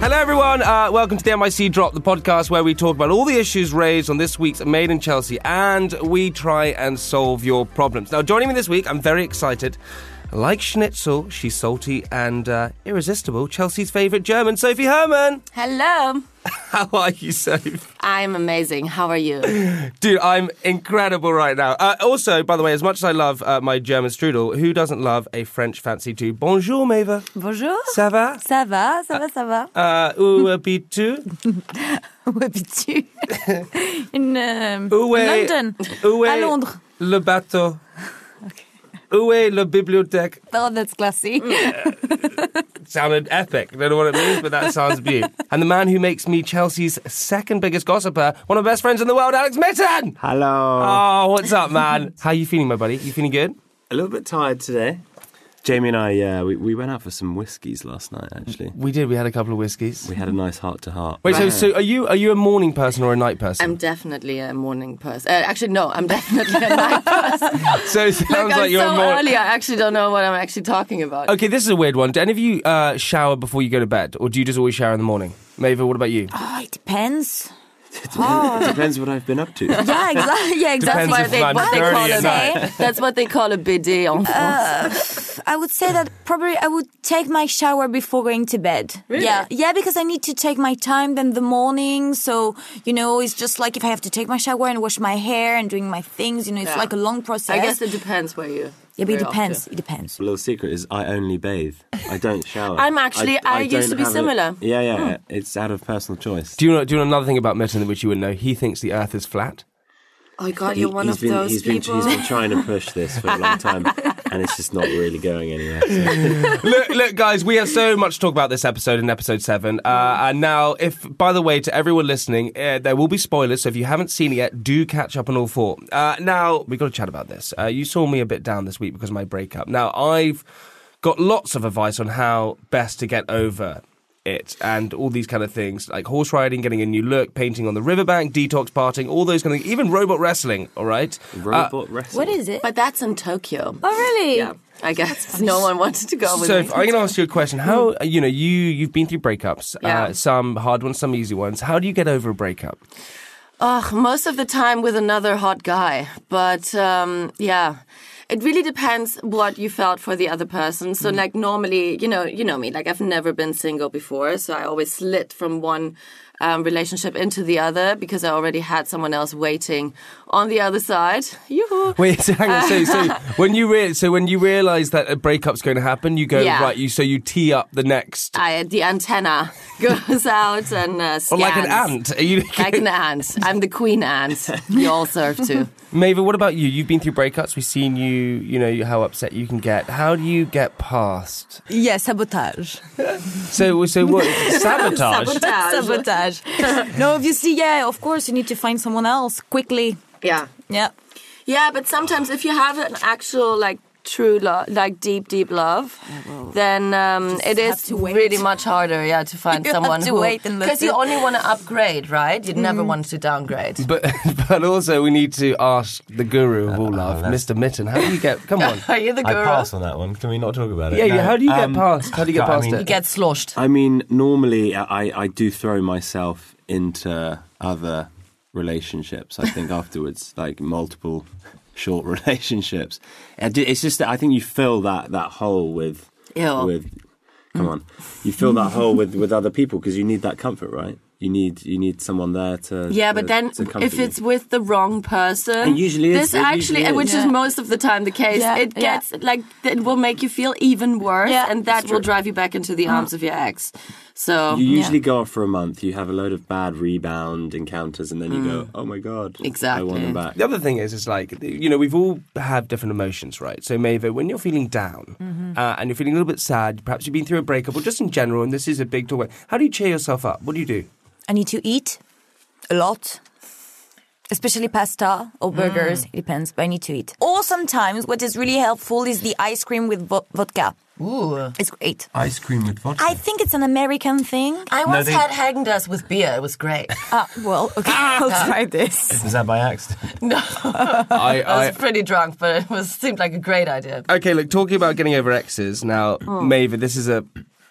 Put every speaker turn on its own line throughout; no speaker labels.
Hello, everyone. Uh, welcome to the MIC Drop, the podcast where we talk about all the issues raised on this week's Made in Chelsea and we try and solve your problems. Now, joining me this week, I'm very excited. Like Schnitzel, she's salty and uh, irresistible. Chelsea's favourite German, Sophie Herman.
Hello.
How are you, Sophie?
I'm amazing. How are you?
Dude, I'm incredible right now. Uh, also, by the way, as much as I love uh, my German strudel, who doesn't love a French fancy too? Bonjour, Mava.
Bonjour.
Ça va?
Ça va, ça va, ça va.
Uh, où habites-tu?
Où habites-tu In euh,
Où est-
London.
Où
À
est
Londres.
Le bateau. Où est la bibliothèque?
Oh, that's classy.
Mm. Sounded epic. Don't know what it means, but that sounds beautiful. and the man who makes me Chelsea's second biggest gossiper, one of my best friends in the world, Alex Mitten.
Hello.
Oh, what's up, man? How you feeling, my buddy? You feeling good?
a little bit tired today. Jamie and I, yeah, we, we went out for some whiskies last night, actually.
We did. We had a couple of whiskeys.
We had a nice heart to heart.
Wait, so, so are you are you a morning person or a night person?
I'm definitely a morning person. Uh, actually, no, I'm definitely a night person.
so it sounds
Like,
like,
I'm
you're
so
a morning.
early, I actually don't know what I'm actually talking about.
Okay, this is a weird one. Do any of you uh, shower before you go to bed, or do you just always shower in the morning? Maeva, what about you?
Oh, it depends. Oh.
It depends what I've been up to.
Yeah, exactly. Yeah,
Depends
exactly.
if I'm
what they
dirty
call
at
it.
night.
That's what they call a bidet en France.
I would say that probably I would take my shower before going to bed. Really? Yeah, yeah, because I need to take my time then the morning. So you know, it's just like if I have to take my shower and wash my hair and doing my things, you know, it's
Yeah.
like a long process.
I guess it depends where you.
yeah, but it
where you're off
depends.
to.
It depends.
The little secret is I only bathe. I don't shower.
I'm actually- I used
don't
to be
have a-
similar. Hmm.
yeah, yeah. It's out of personal choice.
Do you know? Do you know another thing about Mitten which you wouldn't know? He thinks the Earth is flat.
Oh God,
He-
you're one
he's
of
been,
those
he's been,
people.
he's been trying to push this for a long time, and it's just not really going anywhere.
Uh,
So
look, look, guys, we have so much to talk about this episode in episode seven. Uh, and now, if by the way, to everyone listening, uh, there will be spoilers. So if you haven't seen it yet, do catch up on all four. Uh, now we got to chat about this. Uh, you saw me a bit down this week because of my breakup. Now I've got lots of advice on how best to get over it and all these kind of things like horse riding, getting a new look, painting on the riverbank, detox partying, all those kind of things. Even robot wrestling. All right. Uh,
robot wrestling.
What is it?
but that's in Tokyo.
oh, really?
Yeah, I guess no one wanted to go with
So
me.
if I'm going to ask you a question. How uh, you know you you've been through breakups,
Hmm. Yeah.
uh, some hard ones, some easy ones. How do you get over a breakup?
Ugh, most of the time with another hot guy. But um, yeah, it really depends what you felt for the other person.
Mm.
So like normally, you know, you know me. Like I've never been single before, so I always slid from one um, relationship into the other because I already had someone else waiting on the other side. Yoo-hoo.
Wait, so hang on. So, so when you re- so when you realize that a breakup's going to happen, you go
Yeah. Uh,
right. You so you tee up the next,
I, the antenna goes out and uh,
or Oh, like an
scans.
ant. Are you,
Like an ant. I'm the queen ant. You all serve too.
Maeva, what about you? You've been through breakups. We've seen you. You know how upset you can get. How do you get past?
Yeah, sabotage.
So so what? Sabotage.
Sabotage.
no, obviously, yeah. Of course, you need to find someone else quickly.
Yeah.
yeah.
Yeah, but sometimes if you have an actual like true love, like deep, deep love, then um, it
have
is
to wait.
really much harder. Yeah, to find
You have
someone
to
who
wait and Mm.
because you
listen.
only want to upgrade, right? You never want to downgrade.
But but also we need to ask the guru of all love, Mr. Mitten. How do you get? Come on.
Are you the
I
girl?
pass on that one. Can we not talk about it?
Yeah, yeah.
No,
How do you get
um,
past? How do you get
God, I
past
mean-
it?
You get sloshed.
I mean, normally I, I do throw myself into other relationships, I think, afterwards, like multiple short relationships. I do- It's just that I think you fill that, that hole with.
Ew. Mm.
with come on. You fill that hole with, with other people because you need that comfort, right? You need you need someone there to
Yeah, but
to-
then
to comfort
if
you.
it's with the wrong person,
It usually is,
this
it
actually,
usually
which
is.
is
Yeah.
most of the time the case,
Yeah,
it
yeah.
gets like it will make you feel even worse,
Yeah. Uh-huh.
and that will drive you back into the arms of your ex. So
you usually go off for a month, you have a load of bad rebound encounters, and then you go, "Oh my god, I
Mm. Exactly.
want them back."
The other thing is, is like you know, we've all have different emotions, right? So, Maeve, when you're feeling down uh, and you're feeling a little bit sad, perhaps you've been through a breakup, or just in general, and this is a big talk. How do you cheer yourself up? What do you do?
I need to eat a lot, especially pasta or burgers. It depends, but I need to eat. Or sometimes what is really helpful is the ice cream with vo- vodka.
Ooh.
It's great.
Ice cream with vodka.
I think it's an American thing.
I once
they-
had Haagen Dazs with beer. It was great.
Ah, well, okay, I'll try this.
Is that by accident?
no,
I,
I was pretty drunk, but it was seemed like a great idea.
okay, look, talking about getting over exes now, Maeve, this is a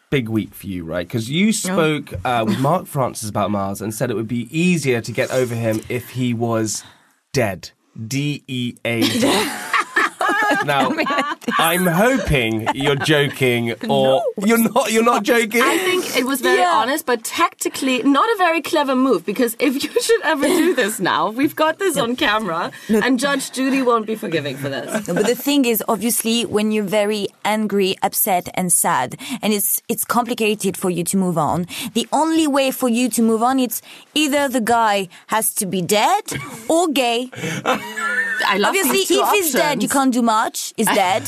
big week for you, right? Because you spoke uh, with Mark Francis about Mars and said it would be easier to get over him if he was dead. D E A. Now, I'm hoping you're joking, or you're not. You're not joking.
I think it was very
Yeah.
honest, but tactically not a very clever move because if you should ever do this now, we've got this on camera, and Judge Judy won't be forgiving for this.
No, but the thing is, obviously, when you're very angry, upset, and sad, and it's it's complicated for you to move on. The only way for you to move on, it's either the guy has to be dead or gay.
I love
Obviously,
these two
if he's dead,
options.
you can't do much. He's dead,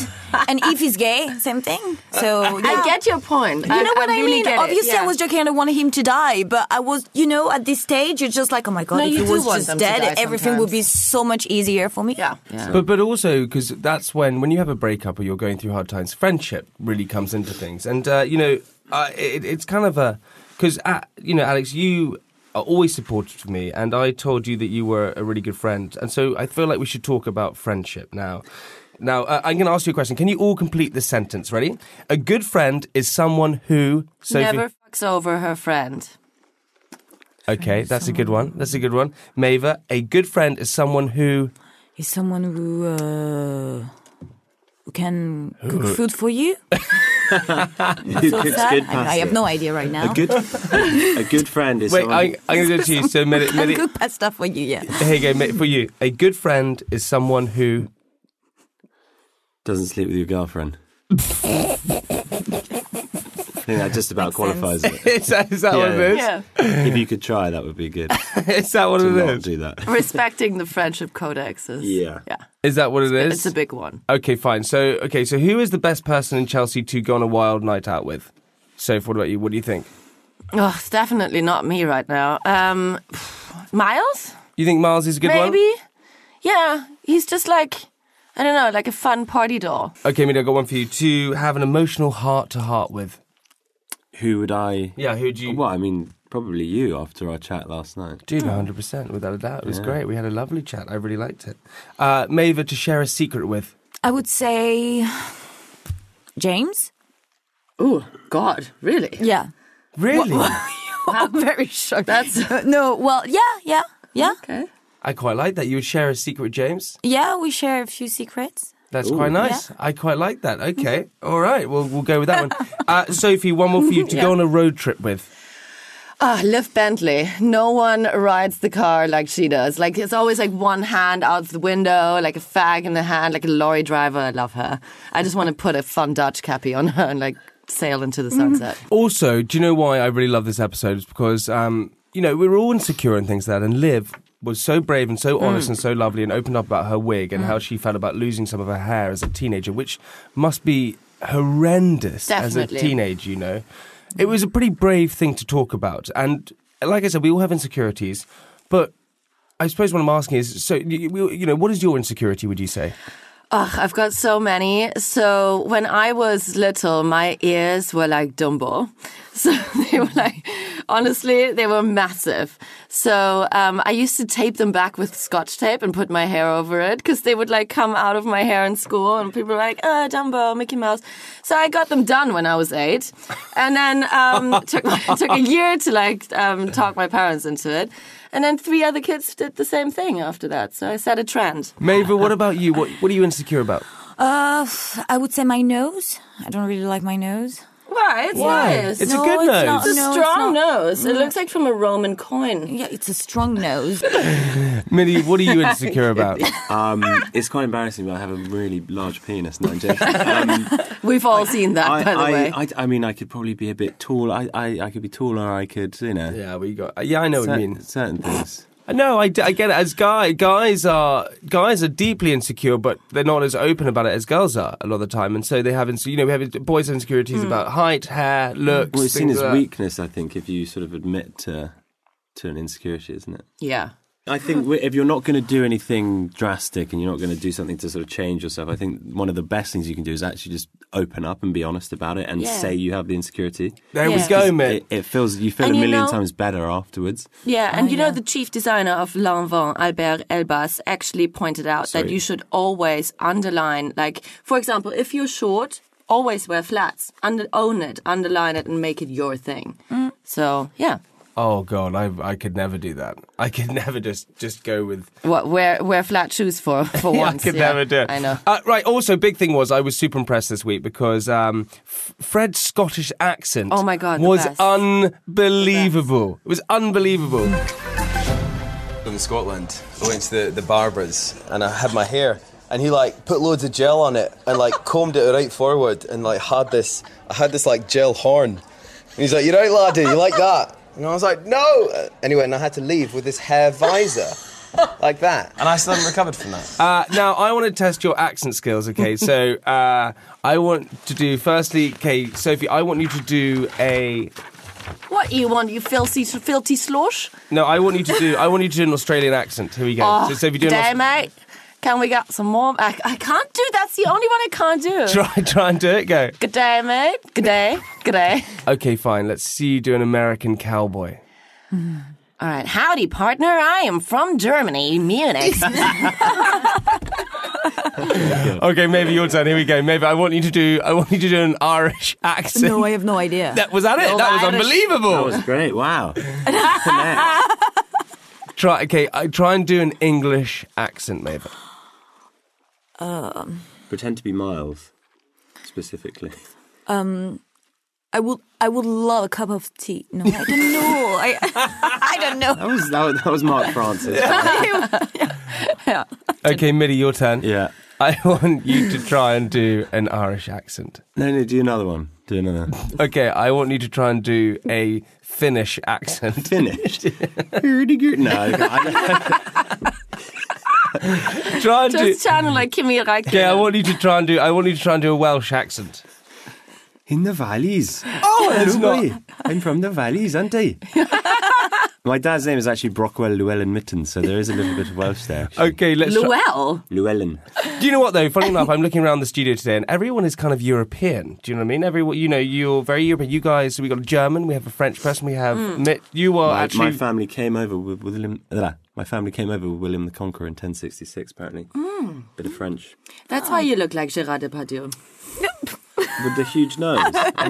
and if he's gay, same thing. So
I
yeah.
get your point.
You know what I,
really
mean?
get it,
Obviously, I
yeah.
was joking. I don't want him to die, but I was, you know, at this stage, you're just like, oh my god,
No,
if
you
he
do
was
want
just
them to die
dead, everything would be so much easier for me.
Yeah.
But but also because that's when when you have a breakup or you're going through hard times, friendship really comes into things, and uh, you know uh, it, it's kind of a because uh, you know Alex, you are always supportive of me, and I told you that you were a really good friend, and so I feel like we should talk about friendship now. Now uh, I'm going to ask you a question. Can you all complete this sentence? Ready? A good friend is someone who Sophie-
Never fucks over her friend.
Okay, that's a good one. That's a good one. Mava, a good friend is someone who
Is someone who uh, who can cook food for you?
Who
So
cooks
sad.
good
I, I
pasta?
have no idea right now.
A good, a good friend is
Wait,
someone.
I, I'm going to do it to you. So, Medi-
Can
Medi-
cook pasta for you, yeah.
Here you go, mate, for you. A good friend is someone who.
doesn't sleep with your girlfriend. I think that just about qualifies it.
Is that, is that what it
Yeah.
is?
Yeah.
If you could try, that would be good.
Is that what
Do
it
not
is?
do that.
Respecting the friendship codex is
Yeah.
yeah.
Is that what it is?
It's a big one.
Okay, fine. So, okay, so who is the best person in Chelsea to go on a wild night out with? Soph, what about you? What do you think?
Oh, it's definitely not me right now. Um, Miles,
You think Miles is a good
maybe. Yeah, he's just like I don't know, like a fun party doll.
one? Okay, maybe I've got one for you. To have an emotional heart to heart with.
Who would I?
Yeah, who do you. Hmm.
Well, I mean, probably you after our chat last night.
Dude, 100%, without a doubt. It was great. We had a lovely chat. I really liked it. Uh, Maver, to share a secret with.
I would say James.
Oh God, really?
Yeah.
Really?
I'm very shocked. That's
Uh, No, well, yeah, yeah, yeah,
okay.
I quite like that. You would share a secret with James?
yeah. We share a few secrets.
That's quite nice. I quite like that. Okay. All right. Well, we'll go with that one. Uh, Sophie, one more for you to go on a road trip with.
Ah, Liv Bentley. No one rides the car like she does. Like it's always like one hand out the window, like a fag in the hand, like a lorry driver. I love her. I just want to put a fun Dutch cappy on her and like sail into the sunset.
Also, do you know why I really love this episode? It's because, um, you know, we were all insecure and things like that. And Liv was so brave and so honest and so lovely and opened up about her wig and how she felt about losing some of her hair as a teenager, which must be horrendous as a
Definitely.
teenage, you know. It was a pretty brave thing to talk about. And like I said, we all have insecurities, but. I suppose what I'm asking is, so you, you you know, what is your insecurity? Would you say?
Ugh, I've got so many. So when I was little, my ears were like Dumbo. So they were like, honestly, they were massive. So um, I used to tape them back with scotch tape and put my hair over it because they would like come out of my hair in school and people were like, oh, Dumbo, Mickey Mouse. So I got them done when I was eight. And then um, took, my, took a year to like um, talk my parents into it. And then three other kids did the same thing after that. So I set a trend.
Maver, what about you? What what are you insecure about?
Uh, I would say my nose. I don't really like my nose.
Why? It's
Why? It's
nice. It's
a
No,
good
it's
nose.
not.
a
No, it's not.
strong nose. It looks like from a Roman coin.
Yeah, it's a strong nose.
Minnie, what are you insecure about?
Um, it's quite embarrassing, but I have a really large penis now. James. Um,
We've all seen that,
I,
by the
I,
way.
I, I mean, I could probably be a bit tall. I, I, I could be taller. I could, you know.
yeah, we got. Yeah, I know what
cer-
you mean.
certain things.
No, I, d- I get it. As guy, guys are guys are deeply insecure, but they're not as open about it as girls are a lot of the time, and so they have. inse- You know, we have boys have insecurities about height, hair, looks.
Well, it's seen
things
as
like that.
weakness, I think, if you sort of admit to to an insecurity, isn't it?
yeah.
I think we- if you're not going to do anything drastic and you're not going to do something to sort of change yourself, I think one of the best things you can do is actually just open up and be honest about it and
Yeah.
say you have the insecurity.
There we
Yeah.
go, mate.
It, it feels you feel
And
a
you
million
know-
times better afterwards.
Yeah, and you know the chief designer of Lanvin, Albert Elbas, actually pointed out that you should always underline, like, for example, if you're short, always wear flats. Under, own it, underline it, and make it your thing. So yeah,
Oh god, I I could never do that. I could never just just go with.
what wear wear flat shoes for for
Yeah,
once.
I could
yeah.
never do it.
I know.
Uh, right. Also, big thing was I was super impressed this week because um, F- Fred's Scottish accent.
Oh my God, the
was
best.
unbelievable. It was unbelievable.
in Scotland. I went to the, the barbers and I had my hair and he like put loads of gel on it and like combed it right forward and like had this I had this like gel horn. And he's like, You're right laddie, you like that? And I was like, No Anyway, and I had to leave with this hair visor. Like that. And I still haven't recovered from that.
Uh, now I want to test your accent skills. Okay, so uh, I want to do firstly. Okay, Sophie, I want you to do a.
What you want, you filthy filthy slosh?
No, I want you to do. I want you to do an Australian accent. Here we go.
Oh,
so, so if you do an
G'day,
Aus-
mate. Can we get some more? I, I can't do. That's the only one I can't do.
try try and do it. Go.
Good day, mate. Good day. Good day.
Okay, fine. Let's see you do an American cowboy.
All right. Howdy, partner. I am from Germany, Munich.
Okay, maybe your turn. Here we go. Maybe I want you to do. I want you to do an Irish accent.
No, I have no idea.
That was that it.
No,
that was
Irish.
unbelievable.
That was Oh, great. Wow. Connect.
Try okay. I try and do an English accent, maybe.
Pretend to be Miles, specifically.
I would I would love a cup of tea. No, I don't know. I I don't know.
That was that was, that was Mark Francis. yeah.
Okay, Middy, your turn. I want you to try and do an Irish accent.
No, no. Do another one. Do another.
Okay, I want you to try and do a Finnish accent.
Finished. no, I don't- I don't-
Try and do.
Just channel like Kimi Räikkönen.
Okay, I want you to try and do. I want you to try and do a Welsh accent.
In the valleys. Oh,
it's not-
I'm from the valleys, aren't I? My dad's name is actually Brockwell Llewellyn Mitten, so there is a little bit of Welsh there. actually.
Okay, let's. try-
Luell.
Llewellyn.
Do you know what though? Funny enough, I'm looking around the studio today, and everyone is kind of European. Do you know what I mean? Everyone, you know, you're very European. You guys, we got a German, we have a French person, we have. Mitt- you are
My,
actually.
my family came over with William. Uh, my family came over with William the Conqueror in 1066. Apparently,
Hmm.
bit of French
That's why you look like Gerard Depardieu.
with the huge nose. Oh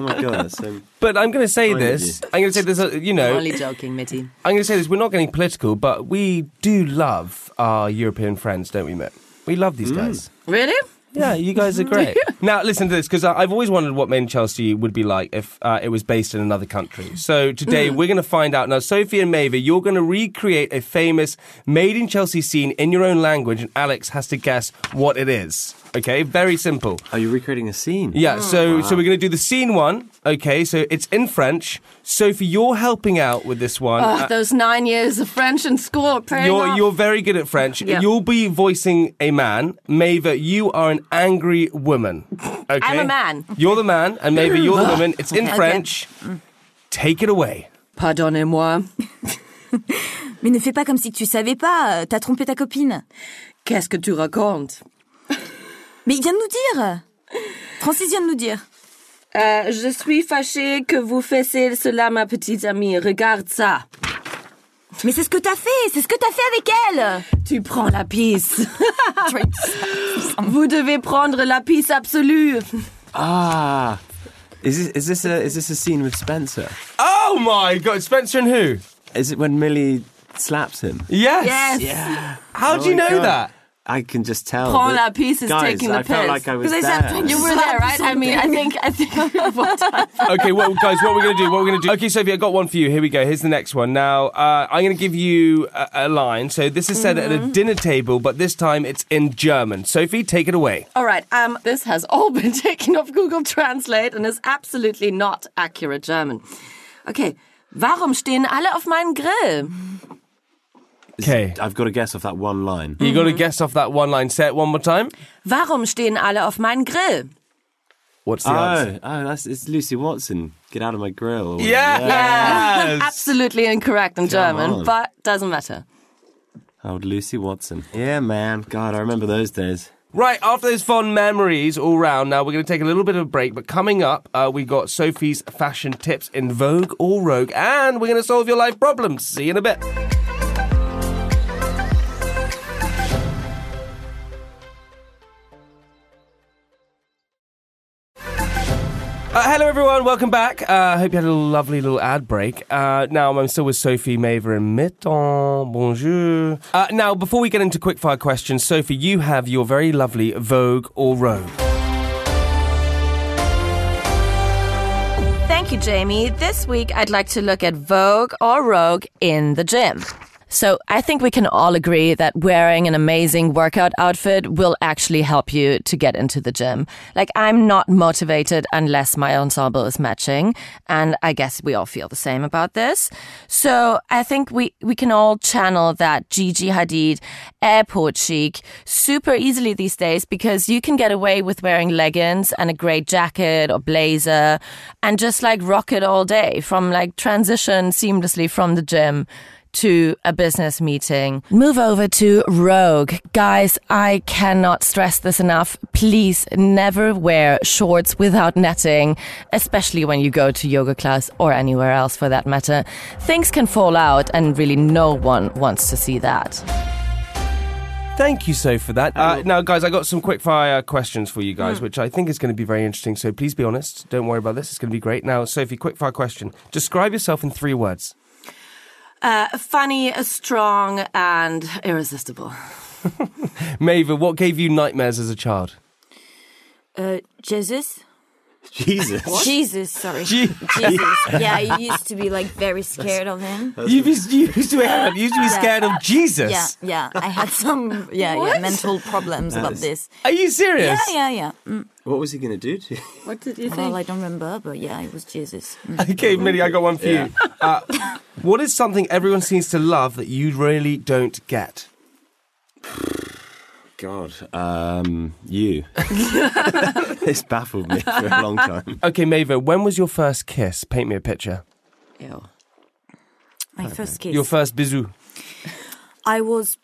my god, that's so
but I'm going to say
Fine with
this. I'm going to say this. uh, You know,
Only joking, Mitty.
I'm going to say this. We're not getting political, but we do love our European friends, don't we, Mitt? We love these guys.
Really?
Mm. Yeah, you guys are great. now, listen to this because I've always wondered what Main Chelsea would be like if uh, it was based in another country. So today we're going to find out. Now, Sophie and Mava, you're going to recreate a famous Made in Chelsea scene in your own language, and Alex has to guess what it is. Okay, very simple.
Are you recreating a scene?
Yeah, so so we're going to do the scene one. Okay, so it's in French. Sophie, you're helping out with this one.
Oh, those nine years of French in school. Paying
Uh, You're
off.
you're very good at French.
Yeah.
You'll be voicing a man. Mava, you are an angry woman. Okay.
I'm a man. Mm.
You're the man, and Mava, you're the woman. It's in French. Take it away.
Pardonnez-moi.
Mais ne fais pas comme si tu savais pas. euh, T'as trompé ta copine.
Qu'est-ce que tu racontes?
Mais il vient de nous dire. Francis vient de nous dire.
Euh, je suis fâchée que vous fassiez cela, ma petite amie. Regarde ça.
Mais c'est ce que t'as fait. C'est ce que t'as fait avec elle.
Tu prends la pisse. vous devez prendre la pisse absolue.
Ah. Is this, is this a is this a scene with Spencer?
Oh my God, Spencer and who?
Is it when Millie slaps him?
Yes.
Yes.
How do
Oh
you
my
know
God.
that?
I can just tell.
Paul
that-
Lapis is
Guys,
taking the
I felt
piss.
like I was
Because I said,
there.
"You
You were there, right? I mean, I think, I think.
Okay, well, guys, what we're going to do? What we're going to do? Okay, Sophie, I got one for you. Here we go. Here's the next one. Now, uh, I'm going to give you a, a line. So this is said at a
Mm-hmm.
dinner table, but this time it's in German. Sophie, take it away.
All right. Um, this has all been taken off Google Translate and is absolutely not accurate German. Okay. Warum stehen alle auf meinen Grill?
Okay.
I've got to guess off that one line.
You got to guess off that one line. Say it one more time.
Warum stehen alle auf meinen Grill?
What's the answer?
Oh, oh, that's it's Lucy Watson. Get out of my grill. or-
Yes.
Absolutely incorrect in German,
on.
but doesn't matter.
Old Lucy Watson. Yeah, man. God, I remember those days.
right, after those fond memories all round, now we're going to take a little bit of a break. But coming up, uh, we got Sophie's fashion tips in Vogue or Rogue, and we're going to solve your life problems. See you in a bit. Uh, hello, everyone. Welcome back. I uh, hope you had a lovely little ad break. Uh, now, I'm still with Sophie, Maver, and Mitton. Bonjour. Uh, now, before we get into quickfire questions, Sophie, you have your very lovely Vogue or Rogue.
Thank you, Jamie. This week, I'd like to look at Vogue or Rogue in the gym. So, I think we can all agree that wearing an amazing workout outfit will actually help you to get into the gym. Like, I'm not motivated unless my ensemble is matching. And I guess we all feel the same about this. So, I think we, we can all channel that Gigi Hadid airport chic super easily these days because you can get away with wearing leggings and a great jacket or blazer and just like rock it all day from like transition seamlessly from the gym to a business meeting. Move over to Rogue. Guys, I cannot stress this enough. Please never wear shorts without netting, especially when you go to yoga class or anywhere else for that matter. Things can fall out, and really no one wants to see that.
Thank you, Sophie, for that. Uh, now, guys, I got some quickfire questions for you guys,
Hmm.
which I think is going to be very interesting. So please be honest. Don't worry about this. It's going to be great. Now, Sophie, quickfire question. Describe yourself in three words.
Uh, funny, strong, and irresistible.
Maver, what gave you nightmares as a child?
Uh, Jesus.
Jesus.
Jesus, sorry.
Gee.
Jesus. Yeah, I used to be like very scared of him.
You used, you used to have, you used to be scared of Jesus.
Yeah, yeah. I had some yeah, yeah mental problems about this.
Are you serious?
Yeah, yeah, yeah. Mm,
What was he going to do to you?
What did you
Well, I don't remember, but yeah, it was Jesus. Mm.
Okay, Millie, I got one for you. Uh, what is something everyone seems to love that you really don't get?
God, um, you. this baffled me for a long time.
Okay, Maver, when was your first kiss? Paint me a picture.
Ew.
My first kiss.
Your first bisou.
I was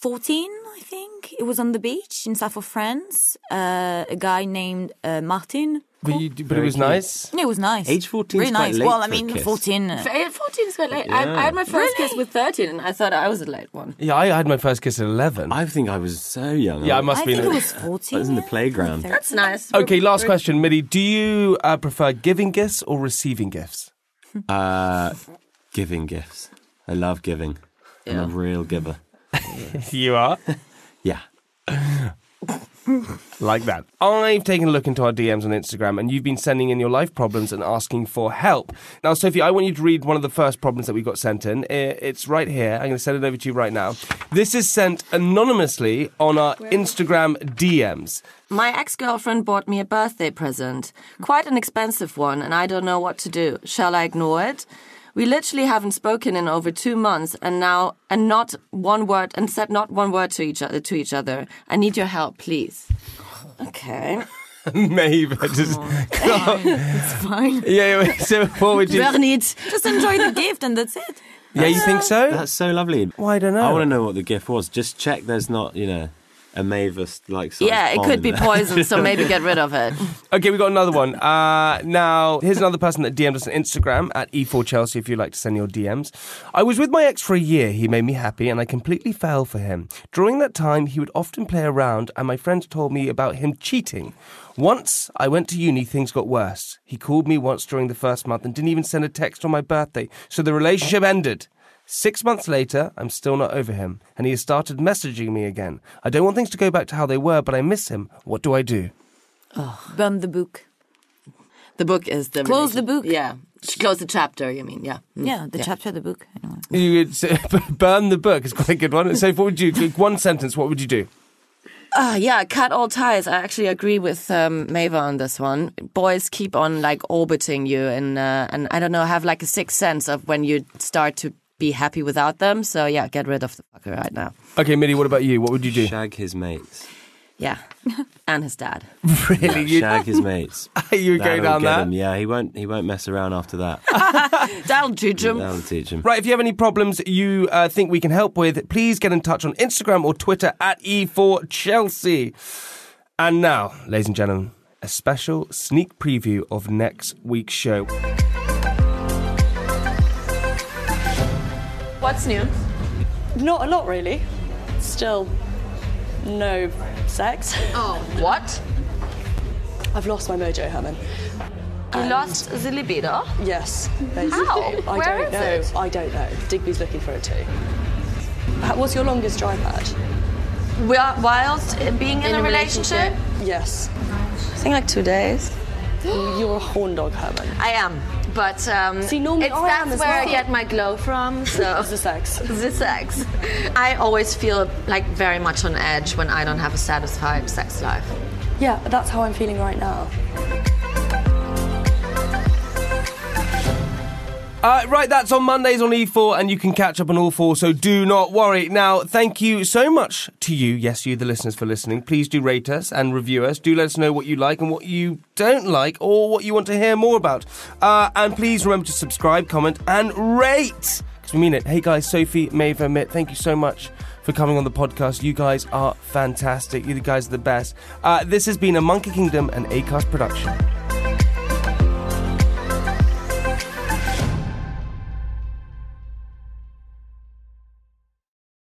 14, I think. It was on the beach in south of France. Uh, a guy named uh, Martin.
But, you, but it was nice.
It was nice.
Age 14 is
Really
quite
nice.
late
well,
for
I
a
mean,
kiss.
14. uh,
I- 14 is quite late. I, I had my first kiss with 13 and I thought I was a late one.
Yeah, I had my first kiss at 11.
I think I was so young.
yeah, I
I
must be.
think it was 14.
I was in the
yeah?
playground.
Thirteen.
That's nice.
Okay, last
We're-
question, Millie. Do you uh, prefer giving gifts or receiving gifts?
Uh, giving gifts. I love giving. I'm a real giver.
You are.
Yeah.
like that. I've taken a look into our DMs on Instagram and you've been sending in your life problems and asking for help. Now, Sophie, I want you to read one of the first problems that we got sent in. I- It's right here. I'm going to send it over to you right now. This is sent anonymously on our Instagram DMs.
My ex girlfriend bought me a birthday present, quite an expensive one, and I don't know what to do. Shall I ignore it? We literally haven't spoken in over two months, and now and not one word and said not one word to each other. To each other, I need your help, please. Okay.
Maybe. Just,
Fine.
yeah, yeah, so what would you...
Bernit.
Just enjoy the gift and that's it.
Yeah, you think so?
That's so lovely.
Well, I don't know.
I want to know what the gift was. Just check there's not, you know, a Mavis like size
Yeah, it
bomb
could
in
be
there.
poison, so maybe get rid of it.
Okay, we got another one. Uh, now, here's another person that DM'd us on Instagram at E4Chelsea if you'd like to send your DMs. I was with my ex for a year. He made me happy and I completely fell for him. During that time, he would often play around and my friends told me about him cheating. Once I went to uni, things got worse. He called me once during the first month and didn't even send a text on my birthday, so the relationship ended. Six months later, I'm still not over him, and he has started messaging me again. I don't want things to go back to how they were, but I miss him. What do I do?
Burn the book.
The book is the
Close the book.
Yeah, close the chapter. You mean yeah? Mm.
Yeah, the chapter of the book. I know.
You would say, burn the book is quite a good one. So, what would you do? One sentence. What would you do?
Ah, yeah, cut all ties. I actually agree with um, Mava on this one. Boys keep on like orbiting you, and uh, and I don't know, have like a sixth sense of when you start to be happy without them. So yeah, get rid of the fucker right now.
Okay, Millie, what about you? What would you do?
Shag his mates.
Yeah, and his dad.
Really, you,
Shag his mates.
you would go
That'll
down
get
that.
him. Yeah, he won't. He won't mess around after that.
That'll teach
Um,
him.
That'll teach him.
Right, if you have any problems you uh, think we can help with, please get in touch on Instagram or Twitter at E4Chelsea. And now, ladies and gentlemen, a special sneak preview of next week's show.
What's new? Not a lot, really. Still no sex.
Oh.
What?
I've lost my mojo, Herman.
You lost the libido.
Yes. basically. I
Where
don't
is
know.
it?
I don't know. Digby's looking for it too. How- What's your longest dry pad?
Whi- Whilst uh, being in, a, relationship,
Yes.
I think like two days.
You're a horn dog, Herman.
I am. But um,
See, normally
it's,
I
that's
am as
where I
well.
get my glow from. So
It's the sex.
the sex. I always feel like very much on edge when I don't have a satisfied sex life.
Yeah, that's how I'm feeling right now.
Uh, right, that's on Mondays on E4, and you can catch up on all four, so do not worry. Now, thank you so much to you, yes, you, the listeners, for listening. Please do rate us and review us. Do let us know what you like and what you don't like, or what you want to hear more about. Uh, and please remember to subscribe, comment, and rate, because we mean it. Hey guys, Sophie, Mava, Mitt, thank you so much for coming on the podcast. You guys are fantastic. You guys are the best. Uh, this has been a Monkey Kingdom and ACAST production.